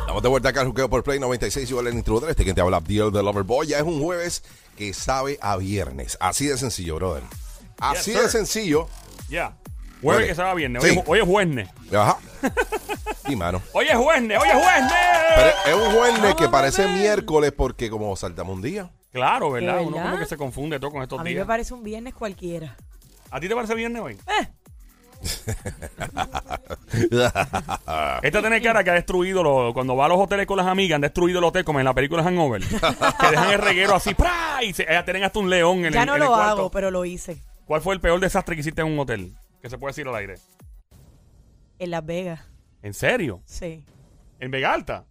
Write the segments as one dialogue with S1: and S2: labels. S1: Estamos de vuelta acá al Juqueo por Play 96, igual el introductor, este que te habla, Abdiel de Lover Boy. Ya es un jueves que sabe a viernes. Así de sencillo, brother. Así de
S2: sir.
S1: sencillo.
S2: Ya. Jueves
S1: Vale.
S2: que se va viernes.
S1: Sí.
S2: Hoy, es- hoy es jueves.
S1: Ajá. Y mano.
S2: Hoy es jueves. Hoy es
S1: Pero
S2: jueves.
S1: es un jueves que parece miércoles porque como saltamos un día.
S2: Claro, ¿verdad?
S3: ¿De
S2: Uno
S3: verdad?
S2: como que se confunde todo con estos
S3: A mí me
S2: días.
S3: parece un viernes cualquiera.
S2: ¿A ti te parece viernes hoy?
S3: Eh,
S1: Ah.
S2: Esta tiene Este cara que ha destruido, lo- cuando va a los hoteles con las amigas, han destruido el hotel como en la película Hangover. que dejan el reguero así, ¡pra! Y se- eh, tienen hasta un león en el
S3: ya no
S2: en el
S3: lo
S2: cuarto.
S3: hago, pero lo hice
S2: ¿Cuál fue el peor desastre que hiciste en un hotel? Que se puede decir al aire.
S3: en Las Vegas.
S2: ¿En serio?
S3: Sí,
S2: ¿En Vega Alta?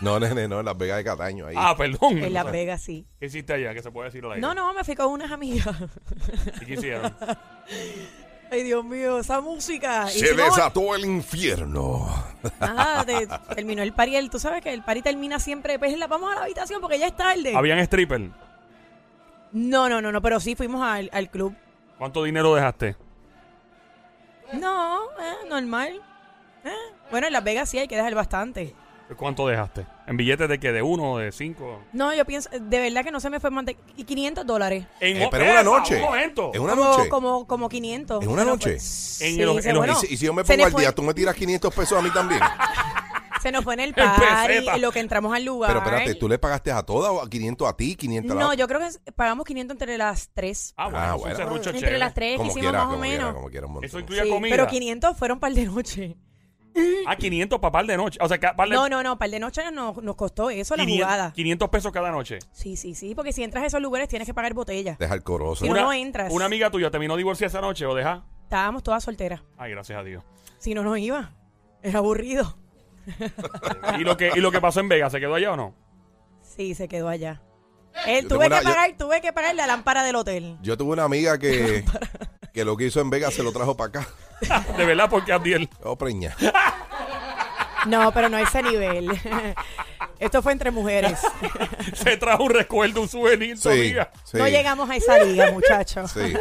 S1: No, nene, no, en Las Vegas de Cataño. Ahí.
S2: Ah, perdón.
S3: en Las Vegas sí.
S2: ¿Qué hiciste allá? Que se puede decir al aire.
S3: No, no, me fui con unas amigas.
S2: ¿Y qué hicieron?
S3: Ay, Dios mío, esa música.
S1: Se
S3: Hicimos-
S1: desató el infierno.
S3: Ajá, te- terminó el party. El, Tú sabes que el party termina siempre. Pues la, vamos a la habitación porque ya es tarde.
S2: ¿Habían stripper?
S3: No, no, no, no, pero sí fuimos al, al club.
S2: ¿Cuánto dinero dejaste?
S3: No, eh, normal. Eh, Bueno, en Las Vegas sí hay que dejar bastante.
S2: ¿Cuánto dejaste? ¿En billetes de qué? ¿De uno? ¿De cinco?
S3: No, yo pienso, de verdad que no se me fue más de y 500 dólares.
S2: En
S1: Eh,
S2: o-
S1: pero en una
S2: ¡Esa!
S1: noche.
S2: Un momento.
S1: En una
S3: como,
S1: noche.
S3: Como, como 500.
S1: ¿En una
S3: Se nos
S1: noche?
S3: fue. Sí,
S2: el-
S3: se-
S2: en el-
S3: bueno,
S1: y, si, y si yo me
S3: se
S1: pongo
S3: nos
S1: al
S3: fue-
S1: día, tú me tiras 500 pesos a mí también.
S3: Se nos fue en el
S2: En
S3: party,
S2: peseta.
S3: en lo que entramos al lugar.
S1: Pero espérate, ¿tú le pagaste a todas o a 500 a ti, 500 a la
S3: No, yo creo que es- pagamos 500 entre las 3.
S2: Ah, bueno.
S1: Ah,
S2: es un
S1: bueno.
S2: serrucho
S3: entre
S2: chévere.
S3: las 3 que
S1: Como
S3: hicimos
S1: quiera,
S3: más o
S1: como quiera,
S3: menos.
S1: como quiera, un montón.
S2: Eso incluye
S3: Sí,
S2: comida.
S3: pero 500 fueron par de noche.
S2: Ah, 500 para par de noche. O sea, ca- par de...
S3: No, no, no, par de noche nos, nos costó eso, la
S2: 500
S3: jugada.
S2: 500 pesos cada noche.
S3: Sí, sí, sí, porque si entras a esos lugares tienes que pagar botella.
S1: Deja el coroso.
S3: Si no, no entras.
S2: Una amiga tuya terminó divorciada esa noche o deja.
S3: Estábamos todas solteras.
S2: Ay, gracias a Dios.
S3: Si no, no iba. Era aburrido.
S2: ¿Y lo que, y lo que pasó en Vega? ¿Se quedó allá o no?
S3: Sí, se quedó allá. Él
S1: Yo tengo
S3: tuve
S1: una-
S3: que
S1: yo-
S3: pagar, tuve que pagar la lámpara del hotel.
S1: Yo tuve una amiga que, que lo que hizo en Vegas se lo trajo para acá.
S2: De verdad, porque Abdiel.
S1: Quedó preña.
S3: No, pero no a ese nivel. Esto fue entre mujeres.
S2: Se trajo un recuerdo, un souvenir, su
S1: Sí,
S2: amiga.
S1: sí,
S3: No llegamos a esa liga, muchachos.
S1: Sí.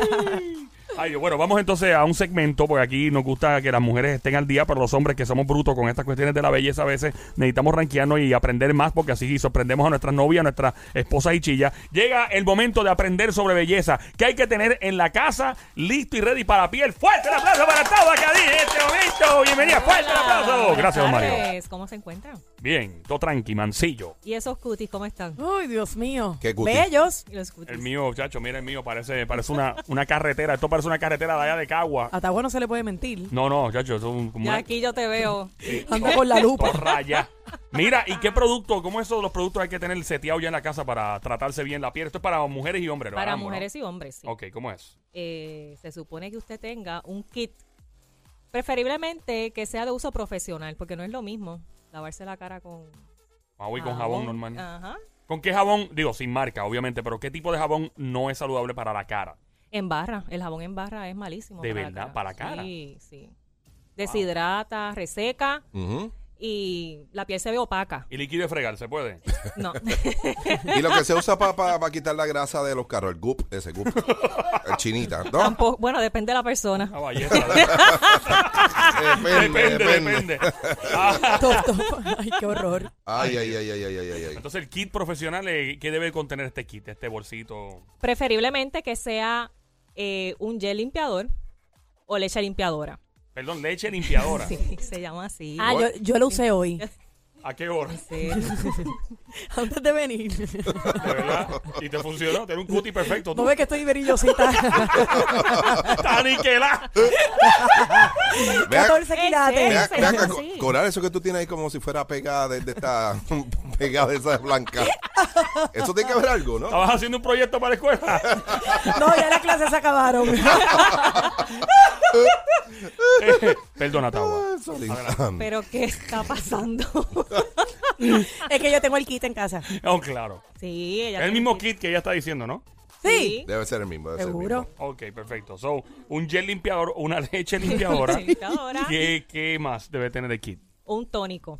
S2: Ay, Dios, bueno, vamos entonces a un segmento, porque aquí nos gusta que las mujeres estén al día, pero los hombres que somos brutos con estas cuestiones de la belleza a veces necesitamos ranquearnos y aprender más, porque así sorprendemos a nuestras novias, a nuestras esposas y chillas. Llega el momento de aprender sobre belleza, que hay que tener en la casa, listo y ready para piel. ¡Fuerte el aplauso para todos acá en este momento! ¡Bienvenida! ¡Fuerte el aplauso!
S4: Buenas
S2: Gracias, don Mario.
S4: tardes, ¿Cómo se encuentran?
S2: Bien, todo tranqui, mancillo.
S4: ¿Y esos cutis cómo están?
S3: Uy, Dios mío.
S1: Qué cuti.
S3: Bellos.
S4: ¿Y los cutis?
S2: El mío, muchacho, mira el mío, parece, parece una, una carretera. Esto parece una carretera de allá de Cagua.
S3: Hasta bueno se le puede mentir.
S2: No, no, muchacho, eso es un... como
S4: Ya
S2: una-
S4: aquí yo te veo.
S3: Ando con la lupa.
S2: Por Oh, raya. Mira, ¿y qué producto? ¿Cómo esos los productos hay que tener seteado ya en la casa para tratarse bien la piel? Esto es para mujeres y hombres,
S4: Para mujeres y hombres, sí.
S2: Ok, ¿cómo es?
S4: Eh, se supone que usted tenga un kit, preferiblemente que sea de uso profesional, porque no es lo mismo lavarse la cara con
S2: Agua y Ah,
S4: Ah,
S2: con
S4: oh,
S2: jabón normal.
S4: Ajá.
S2: ¿Con qué jabón? Digo, sin marca, obviamente, pero ¿qué tipo de jabón no es saludable para la cara?
S4: En barra. El jabón en barra es malísimo.
S2: ¿De
S4: para la
S2: verdad?
S4: cara.
S2: ¿Para la cara?
S4: Sí, sí. Deshidrata, reseca
S1: Ujú.
S4: y la piel se ve opaca.
S2: ¿Y líquido de fregar se puede?
S4: No.
S1: Y lo que se usa para quitar la grasa de los carros, el goop, ese goop. El chinita. No,
S4: Tampoco- bueno, depende de la persona.
S2: Ah, ballesta.
S1: depende,
S2: depende,
S1: depende.
S2: depende. Ah,
S3: Top, top. Ay, qué horror.
S1: Ay, ay, ay, ay, ay, ay, ay, ay.
S2: entonces, el kit profesional, eh, ¿qué debe contener este kit, este bolsito?
S4: Preferiblemente que sea eh, un gel limpiador o leche limpiadora.
S2: Perdón, leche limpiadora.
S4: Sí, se llama así.
S3: Ah, yo, yo lo usé hoy.
S2: ¿A qué hora?
S4: Sí.
S3: Antes de venir.
S2: ¿De verdad? ¿Y te funcionó? Tiene un cuti perfecto.
S3: No
S2: Tú.
S3: ve que estoy brillosita.
S2: Está aniquilada.
S3: 14
S4: Ese.
S3: quilates.
S1: Vea-
S4: Ese,
S1: vea que
S4: así.
S1: co- coral, eso que tú tienes ahí como si fuera pegada de, de esta pegada de esa blanca. Eso tiene que ver algo, ¿no?
S2: Estabas haciendo un proyecto para la escuela.
S3: No, ya las clases se acabaron.
S2: Eh, Perdona, Tawa.
S1: Ah, sorry.
S4: Pero ¿qué está pasando?
S3: Es que yo tengo el kit en casa.
S2: Oh, claro.
S4: sí, ella
S2: Es el
S4: tiene
S2: mismo
S4: que-
S2: kit que ella está diciendo, ¿no?
S3: Sí.
S1: Debe ser el mismo. Debe Ser el
S3: Seguro.
S1: mismo.
S2: Ok, perfecto. So, un gel limpiador, una leche
S4: Ahora.
S2: limpiadora. ¿Qué, qué más debe tener el kit?
S4: Un tónico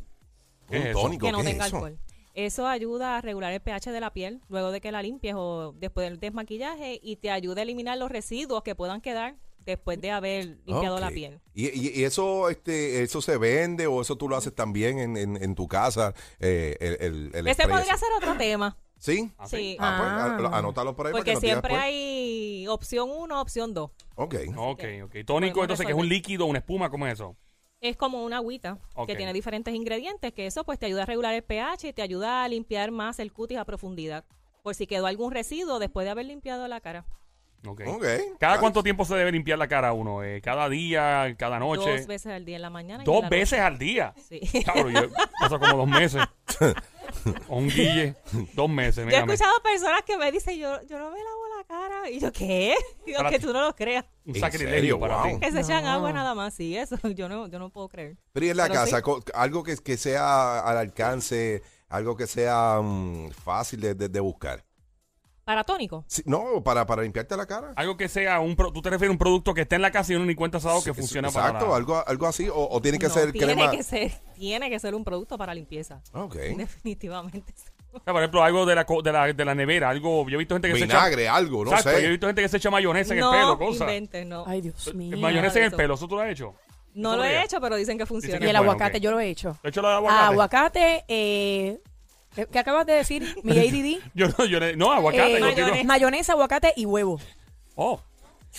S2: ¿Qué es
S1: Un
S2: eso?
S1: tónico,
S4: que no
S1: ¿qué es
S4: tenga
S1: eso?
S4: alcohol. Eso ayuda a regular el pH de la piel luego de que la limpies o después del desmaquillaje y te ayuda a eliminar los residuos que puedan quedar después de haber limpiado la
S1: Ok.
S4: piel.
S1: ¿Y, y- y eso este eso se vende o eso tú lo haces también en, en- en tu casa? eh, el, el- el
S4: Ese
S1: spray
S4: podría
S1: ese?
S4: ser otro tema.
S1: ¿Sí.
S2: Ah, sí.
S4: Sí.
S1: Ah, pues,
S3: Ah.
S1: a- lo- anótalo por ahí. para que
S4: Porque
S1: nos digas
S4: siempre
S1: después.
S4: hay opción 1, opción 2.
S1: Ok.
S2: Ok, ok. Tónico,
S4: Podemos
S2: entonces, que es
S4: resolver.
S2: un líquido, una espuma, ¿cómo es eso?
S4: Es como una agüita
S2: Ok.
S4: que tiene diferentes ingredientes, que eso pues te ayuda a regular el pH y te ayuda a limpiar más el cutis a profundidad. Por si quedó algún residuo después de haber limpiado la cara.
S2: Ok.
S1: Ok.
S2: ¿Cada
S1: Ah,
S2: cuánto tiempo se debe limpiar la cara uno? Eh, ¿Cada día? ¿Cada noche?
S4: Dos veces al día en la mañana. y en
S2: Dos
S4: la
S2: veces al día.
S4: noche. Sí.
S2: Claro, yo paso como dos meses. o un guille. Dos meses,
S4: Yo he
S2: mírame.
S4: escuchado personas que me dicen, yo, yo no me lavo la cara. Y yo, ¿qué? Digo,
S2: Para
S4: que
S2: ti.
S4: tú no lo creas.
S2: Un
S1: ¿En
S2: sacrilegio
S1: serio?
S2: para
S1: Wow.
S2: ti.
S4: Que se echan
S3: No.
S4: agua nada más. Sí, eso. Yo no, yo no puedo creer.
S1: Pero y en la
S4: Pero
S1: casa,
S4: sí.
S1: co- algo que, que sea al alcance, algo que sea mm, fácil de, de- de buscar.
S4: Paratónico.
S1: Sí, no, para, para limpiarte la cara.
S2: Algo que sea un... Pro, ¿Tú te refieres a un producto que esté en la casa y uno ni cuenta se ha dado que
S1: Sí,
S2: funciona
S1: exacto,
S2: para... la-
S1: algo, algo así. O, o tiene que
S4: No,
S1: ser
S4: tiene
S1: crema.
S4: Que ser, tiene que ser un producto para limpieza.
S1: Ok.
S4: Definitivamente. sí.
S2: O sea, por ejemplo, algo de la, co- de la, de la nevera. Algo... Yo he visto gente que se echa...
S1: Vinagre, algo, no
S2: Exacto, yo he
S1: sé.
S2: visto gente que se echa mayonesa en
S4: no
S2: el pelo, cosa. Eh,
S4: inventes, no.
S3: Ay, Dios mío.
S2: Mayonesa en el
S4: Eso.
S2: pelo, ¿eso tú lo has hecho?
S4: No
S2: ¿Eso
S4: lo
S2: lo
S4: he
S2: diga?
S4: hecho, pero dicen que funciona.
S2: que
S3: Y el
S2: bueno,
S3: aguacate,
S2: ok.
S3: yo lo he hecho.
S2: ¿Lo has hecho lo de
S3: Ah,
S2: aguacate?
S3: Aguacate, eh, ¿qué qué acabas de decir? Mi ADD.
S2: Yo no, yo le- no, aguacate.
S3: Eh,
S2: yo tiro-
S4: mayonesa.
S3: mayonesa, aguacate y huevo.
S2: Oh,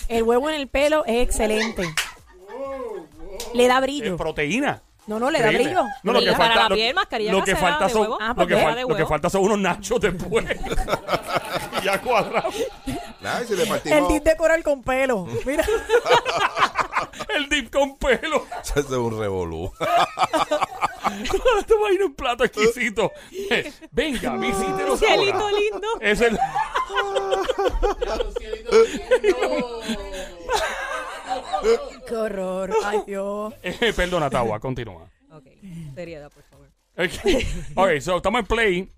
S3: El huevo en el pelo es excelente. Le da
S2: eh,
S3: brillo.
S2: proteína.
S3: No, no, le da
S2: Increíble.
S3: brillo.
S2: No, lo que
S4: Para
S2: falta,
S4: la
S2: lo-
S4: piel, mascarilla
S2: lo que
S4: casera
S2: falta
S4: de
S2: son,
S4: huevo. Ah,
S2: lo, que
S4: porque
S2: fal-
S4: era de
S2: lo que
S4: huevo.
S2: falta son unos nachos después. y ya cuadrado.
S1: Nada, y si le
S3: El
S1: partimos,
S3: tip de coral con pelo. Mira.
S1: Ah.
S2: El dip con pelo.
S1: se hace un revolú.
S2: Te imaginas un plato exquisito. Eh, Venga, visítenos ahora.
S4: Cielito lindo.
S2: Es el...
S3: Qué horror. Ay, Dios.
S2: Eh, perdona, Tawa, continúa.
S4: Ok, seriedad, por favor.
S2: Ok, Ok, so estamos en Play.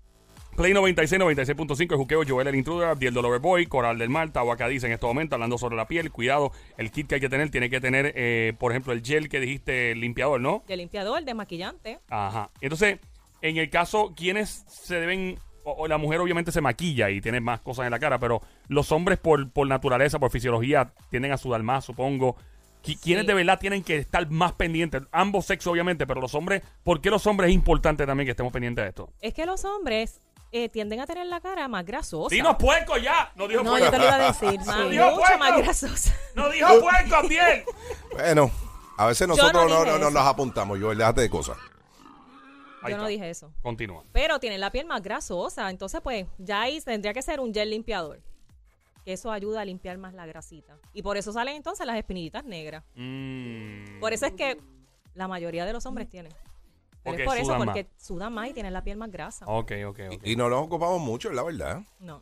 S2: Play 96, 96.5, el juqueo, Joel el Intruder, Abdiel Dolores Boy, Coral del Mar, Tahuaca dice en este momento, hablando sobre la piel, cuidado, el kit que hay que tener, tiene que tener, eh, por ejemplo, el gel que dijiste, el limpiador, ¿no?
S4: De limpiador, de maquillante.
S2: Ajá. Entonces, en el caso, ¿quiénes se deben, o, o la mujer obviamente se maquilla y tiene más cosas en la cara, pero los hombres por, por naturaleza, por fisiología, tienden a sudar más, supongo. Qui- ¿Quiénes
S4: Sí.
S2: de verdad tienen que estar más pendientes? Ambos sexos, obviamente, pero los hombres, ¿por qué los hombres es importante también que estemos pendientes de esto?
S4: Es que los hombres eh, tienden a tener la cara más grasosa.
S2: ¡Dinos puerco ya! ¡No dijo
S3: No, yo
S2: puerco!
S3: te lo iba a decir.
S4: Más-
S3: sí.
S2: Dios.
S4: mucho más
S2: puerco!
S4: grasosa.
S2: ¡No dijo puerco, Abdiel!
S1: Bueno, a veces nosotros
S4: no
S1: no,
S4: dije
S1: no- no
S4: eso.
S1: nos apuntamos, Joel, déjate de cosas.
S2: Ahí
S4: Yo no
S2: está.
S4: dije eso.
S2: Continúa.
S4: Pero tienen la piel más grasosa. Entonces, pues, ya ahí tendría que ser un gel limpiador. Que eso ayuda a limpiar más la grasita. Y por eso salen entonces las espinillitas negras.
S2: Mm.
S4: Por eso es que la mayoría de los hombres tienen. Pero
S2: Porque
S4: es por eso,
S2: sudan más.
S4: porque sudan más y tienen la piel más grasa.
S2: Ok, ok, ok.
S1: Y, y no nos ocupamos mucho, es la verdad.
S4: No.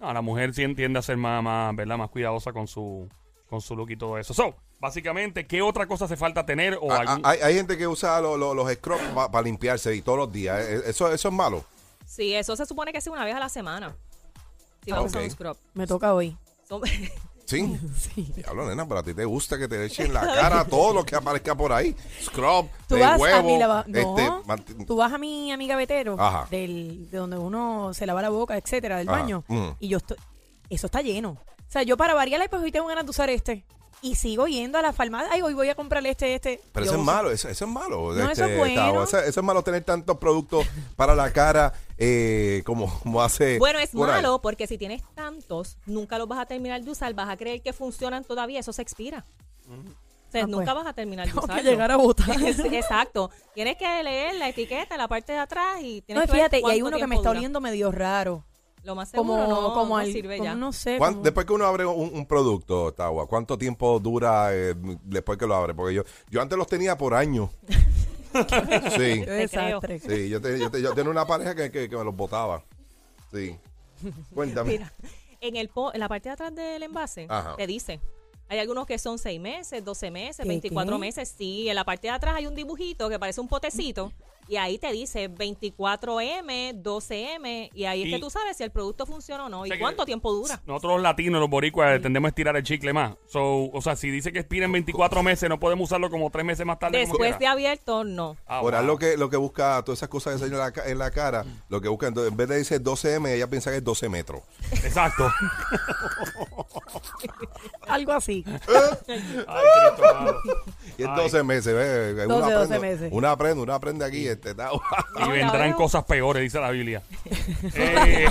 S2: No, la mujer sí tiende a ser más, más, ¿verdad? más cuidadosa con su, con su look y todo eso. So, básicamente, ¿qué otra cosa hace falta tener? O
S1: Ah, ah,
S2: algún-
S1: Hay, hay gente que usa lo- lo- los scrubs para limpiarse y todos los días. Eh, Eso, eso es malo.
S4: Sí, eso se supone que es una vez a la semana. Si
S1: Ah,
S4: vamos a
S1: ok.
S4: un scrub.
S3: Me toca hoy.
S4: Son-
S1: Sí.
S3: Sí.
S1: Diablo, nena, pero a ti te gusta que te echen en la cara todo lo que aparezca por ahí. Scrub,
S3: Tú
S1: de
S3: vas
S1: huevo.
S3: a mi lava-
S1: este,
S3: no,
S1: mant-
S3: tú vas a mi, a mi gavetero,
S1: Ajá.
S3: del, de donde uno se lava la boca, etcétera, del
S1: Ajá,
S3: baño.
S1: mm.
S3: Y yo estoy, eso está lleno. O sea, yo para variar, pues hoy tengo ganas de usar este. Y sigo yendo a la farmacia. Ay, hoy voy a comprar este, este.
S1: Pero
S3: Yo
S1: eso es
S3: uso-
S1: malo, eso, eso es malo.
S3: No, eso es bueno.
S1: Tavo, eso, eso es malo tener tantos productos para la cara eh, como, como hace.
S4: Bueno, es
S1: por ahí.
S4: malo porque si tienes tantos, nunca los vas a terminar de usar, vas a creer que funcionan todavía, eso se expira. O sea,
S3: Ah, pues.
S4: nunca vas a terminar de
S3: Tengo
S4: usarlo.
S3: que llegar a votar.
S4: Es- Exacto. Tienes que leer la etiqueta, la parte de atrás y tienes
S3: No, y
S4: que ver
S3: fíjate, y hay
S4: cuánto
S3: uno que me está
S4: tiempo dura.
S3: oliendo medio raro.
S4: Lo más seguro
S3: Como,
S4: no,
S3: como
S4: no
S3: al-
S4: sirve
S3: como
S4: ya.
S3: no sé.
S1: ¿Cuán-
S3: como-
S1: Después que uno abre un, un producto, Tawa, ¿cuánto tiempo dura eh, después que lo abre? Porque yo, yo antes los tenía por años. sí,
S3: Qué
S4: Te creo.
S3: desastre.
S1: sí, yo, te- yo te- yo tenía una pareja que, que- que me los botaba. Sí. Cuéntame.
S4: Mira, en, el po- en la parte de atrás del envase
S1: Ajá.
S4: te dice. Hay algunos que son 6 meses, 12 meses,
S3: ¿Qué,
S4: 24
S3: qué?
S4: meses. Sí, en la parte de atrás hay un dibujito que parece un potecito Y ahí te dice 24M, 12M, y ahí es
S2: Y-
S4: que tú sabes si el producto funciona o no.
S2: sea
S4: ¿Y
S2: que-
S4: cuánto tiempo
S1: ah.
S4: dura?
S2: Nosotros los latinos, los boricuas, tendemos a estirar el chicle más. So, o sea, si dice que expira en 24 meses, no podemos usarlo como 3 meses más tarde. como
S4: Después
S2: quiera.
S4: de abierto, no.
S2: Ah,
S1: Ahora
S2: wow.
S1: lo que lo que busca todas esas cosas que salen en la, ca- en la cara, lo que busca entonces, en vez de decir 12M, ella piensa que es 12 metros.
S2: Exacto.
S3: Algo así.
S2: Ay, Cristo, amado.
S1: Y es
S2: Ay.
S1: 12 meses, ¿ves? Una
S3: 12, 12
S1: aprende-
S3: meses.
S1: Una aprende, una aprende aquí. Este, está-
S2: Y
S4: No,
S2: vendrán
S4: ya veo.
S2: cosas peores, dice la Biblia. Eh,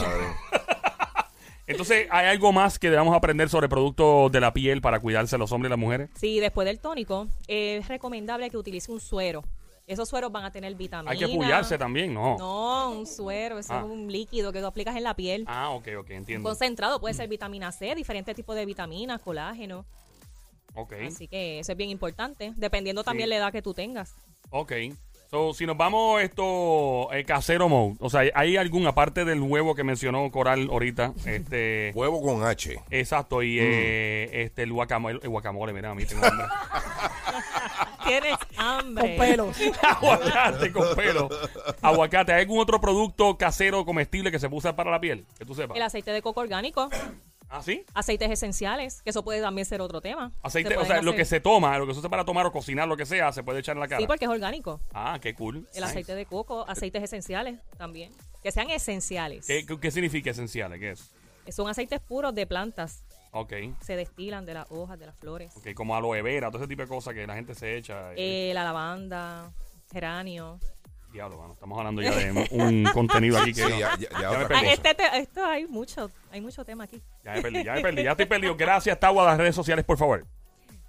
S2: entonces, ¿hay algo más que debamos aprender sobre productos de la piel para cuidarse los hombres y las mujeres?
S4: Sí, después del tónico, es recomendable que utilice un suero. Esos sueros van a tener vitamina.
S2: Hay que pullarse también, ¿no?
S4: No, un suero, eso
S2: Ah.
S4: es un líquido que tú aplicas en la piel.
S2: Ah, ok, ok, entiendo. Mm.
S4: Concentrado puede ser vitamina C, diferentes tipos de vitaminas, colágeno.
S2: Ok,
S4: Así que eso es bien importante, dependiendo también la edad que tú tengas.
S2: ok. So, si nos vamos esto eh, casero mode, o sea, ¿hay algún, aparte del huevo que mencionó Coral ahorita, este...
S1: Huevo con H.
S2: Exacto, y eh, este, el guacamole, el guacamole, mira, a mí tengo hambre.
S4: Tienes hambre.
S3: Con pelos.
S2: Aguacate con pelo. Aguacate, ¿hay algún otro producto casero comestible que se puede usar para la piel? Que tú sepas.
S4: El aceite de coco orgánico,
S2: ¿Ah, sí?
S4: aceites esenciales, que eso puede también ser otro tema.
S2: Aceite,
S4: Se
S2: o
S4: pueden
S2: sea, lo
S4: hacer-
S2: que se toma, lo que se usa para tomar o cocinar, lo que sea, se puede echar en la cara.
S4: Sí, porque es orgánico.
S2: Ah, qué cool.
S4: El aceite de coco, aceites esenciales también, que sean esenciales.
S2: ¿Qué, qué, qué significa esencial? ¿Qué es?
S4: Son aceites puros de plantas,
S2: Ok.
S4: se destilan de las hojas, de las flores.
S2: Ok, como aloe vera, todo ese tipo de cosas que la gente se echa. eh,
S4: Eh, la lavanda, geranio.
S2: Diablo, mano, estamos hablando ya de un contenido aquí que.
S1: Sí,
S2: no,
S1: ya, ya- ya
S2: ya me
S1: otra
S4: Ah,
S2: perdí.
S1: cosa.
S4: este te- esto hay mucho, hay mucho tema aquí.
S2: Ya me perdí, ya me perdí, ya estoy perdido. Gracias, Tawa, las redes sociales, por favor.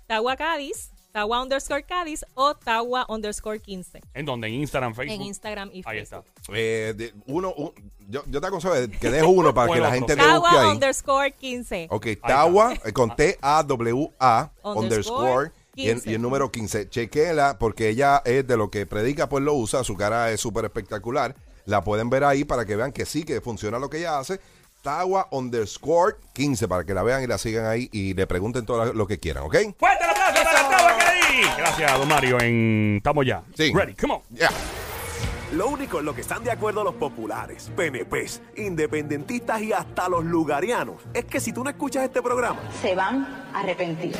S4: Tawa Cádiz, Tawa underscore Cádiz o Tawa underscore 15
S2: ¿En dónde? ¿En Instagram, Facebook?
S4: en Instagram y
S2: Ahí está.
S4: Facebook.
S1: Eh, de- uno, un- yo, yo te aconsejo que dejes uno para que
S2: Bueno,
S1: la gente te busque
S4: Tawa
S1: ahí.
S4: underscore 15.
S1: Ok,
S2: está.
S1: Tawa eh, con T-A-W-A underscore
S4: Underscore
S1: y el,
S4: 15.
S1: y el número 15. Chequela porque ella es de lo que predica, pues lo usa. Su cara es súper espectacular. La pueden ver ahí para que vean que sí, que funciona lo que ella hace. Tawa underscore 15 para que la vean y la sigan ahí y le pregunten todo lo que quieran, ¿ok?
S2: ¡Fuerte el aplauso para Tawa Cari! Gracias, don Mario. En... Estamos ya.
S1: Sí.
S2: Ready, come on.
S1: Ya.
S5: Lo único en lo que están de acuerdo los populares, PNPs, independentistas y hasta los lugarianos es que si tú no escuchas este programa,
S6: se van a arrepentir.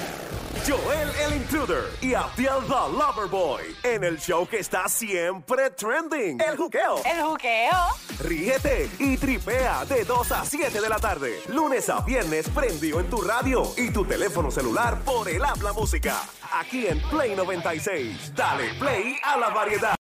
S5: Joel el Intruder y Abdiel the Loverboy en el show que está siempre trending, El Juqueo.
S6: El juqueo.
S5: Ríete y tripea de 2 a 7 de la tarde, lunes a viernes prendido en tu radio y tu teléfono celular por el habla música. Aquí en Play 96, dale play a la variedad.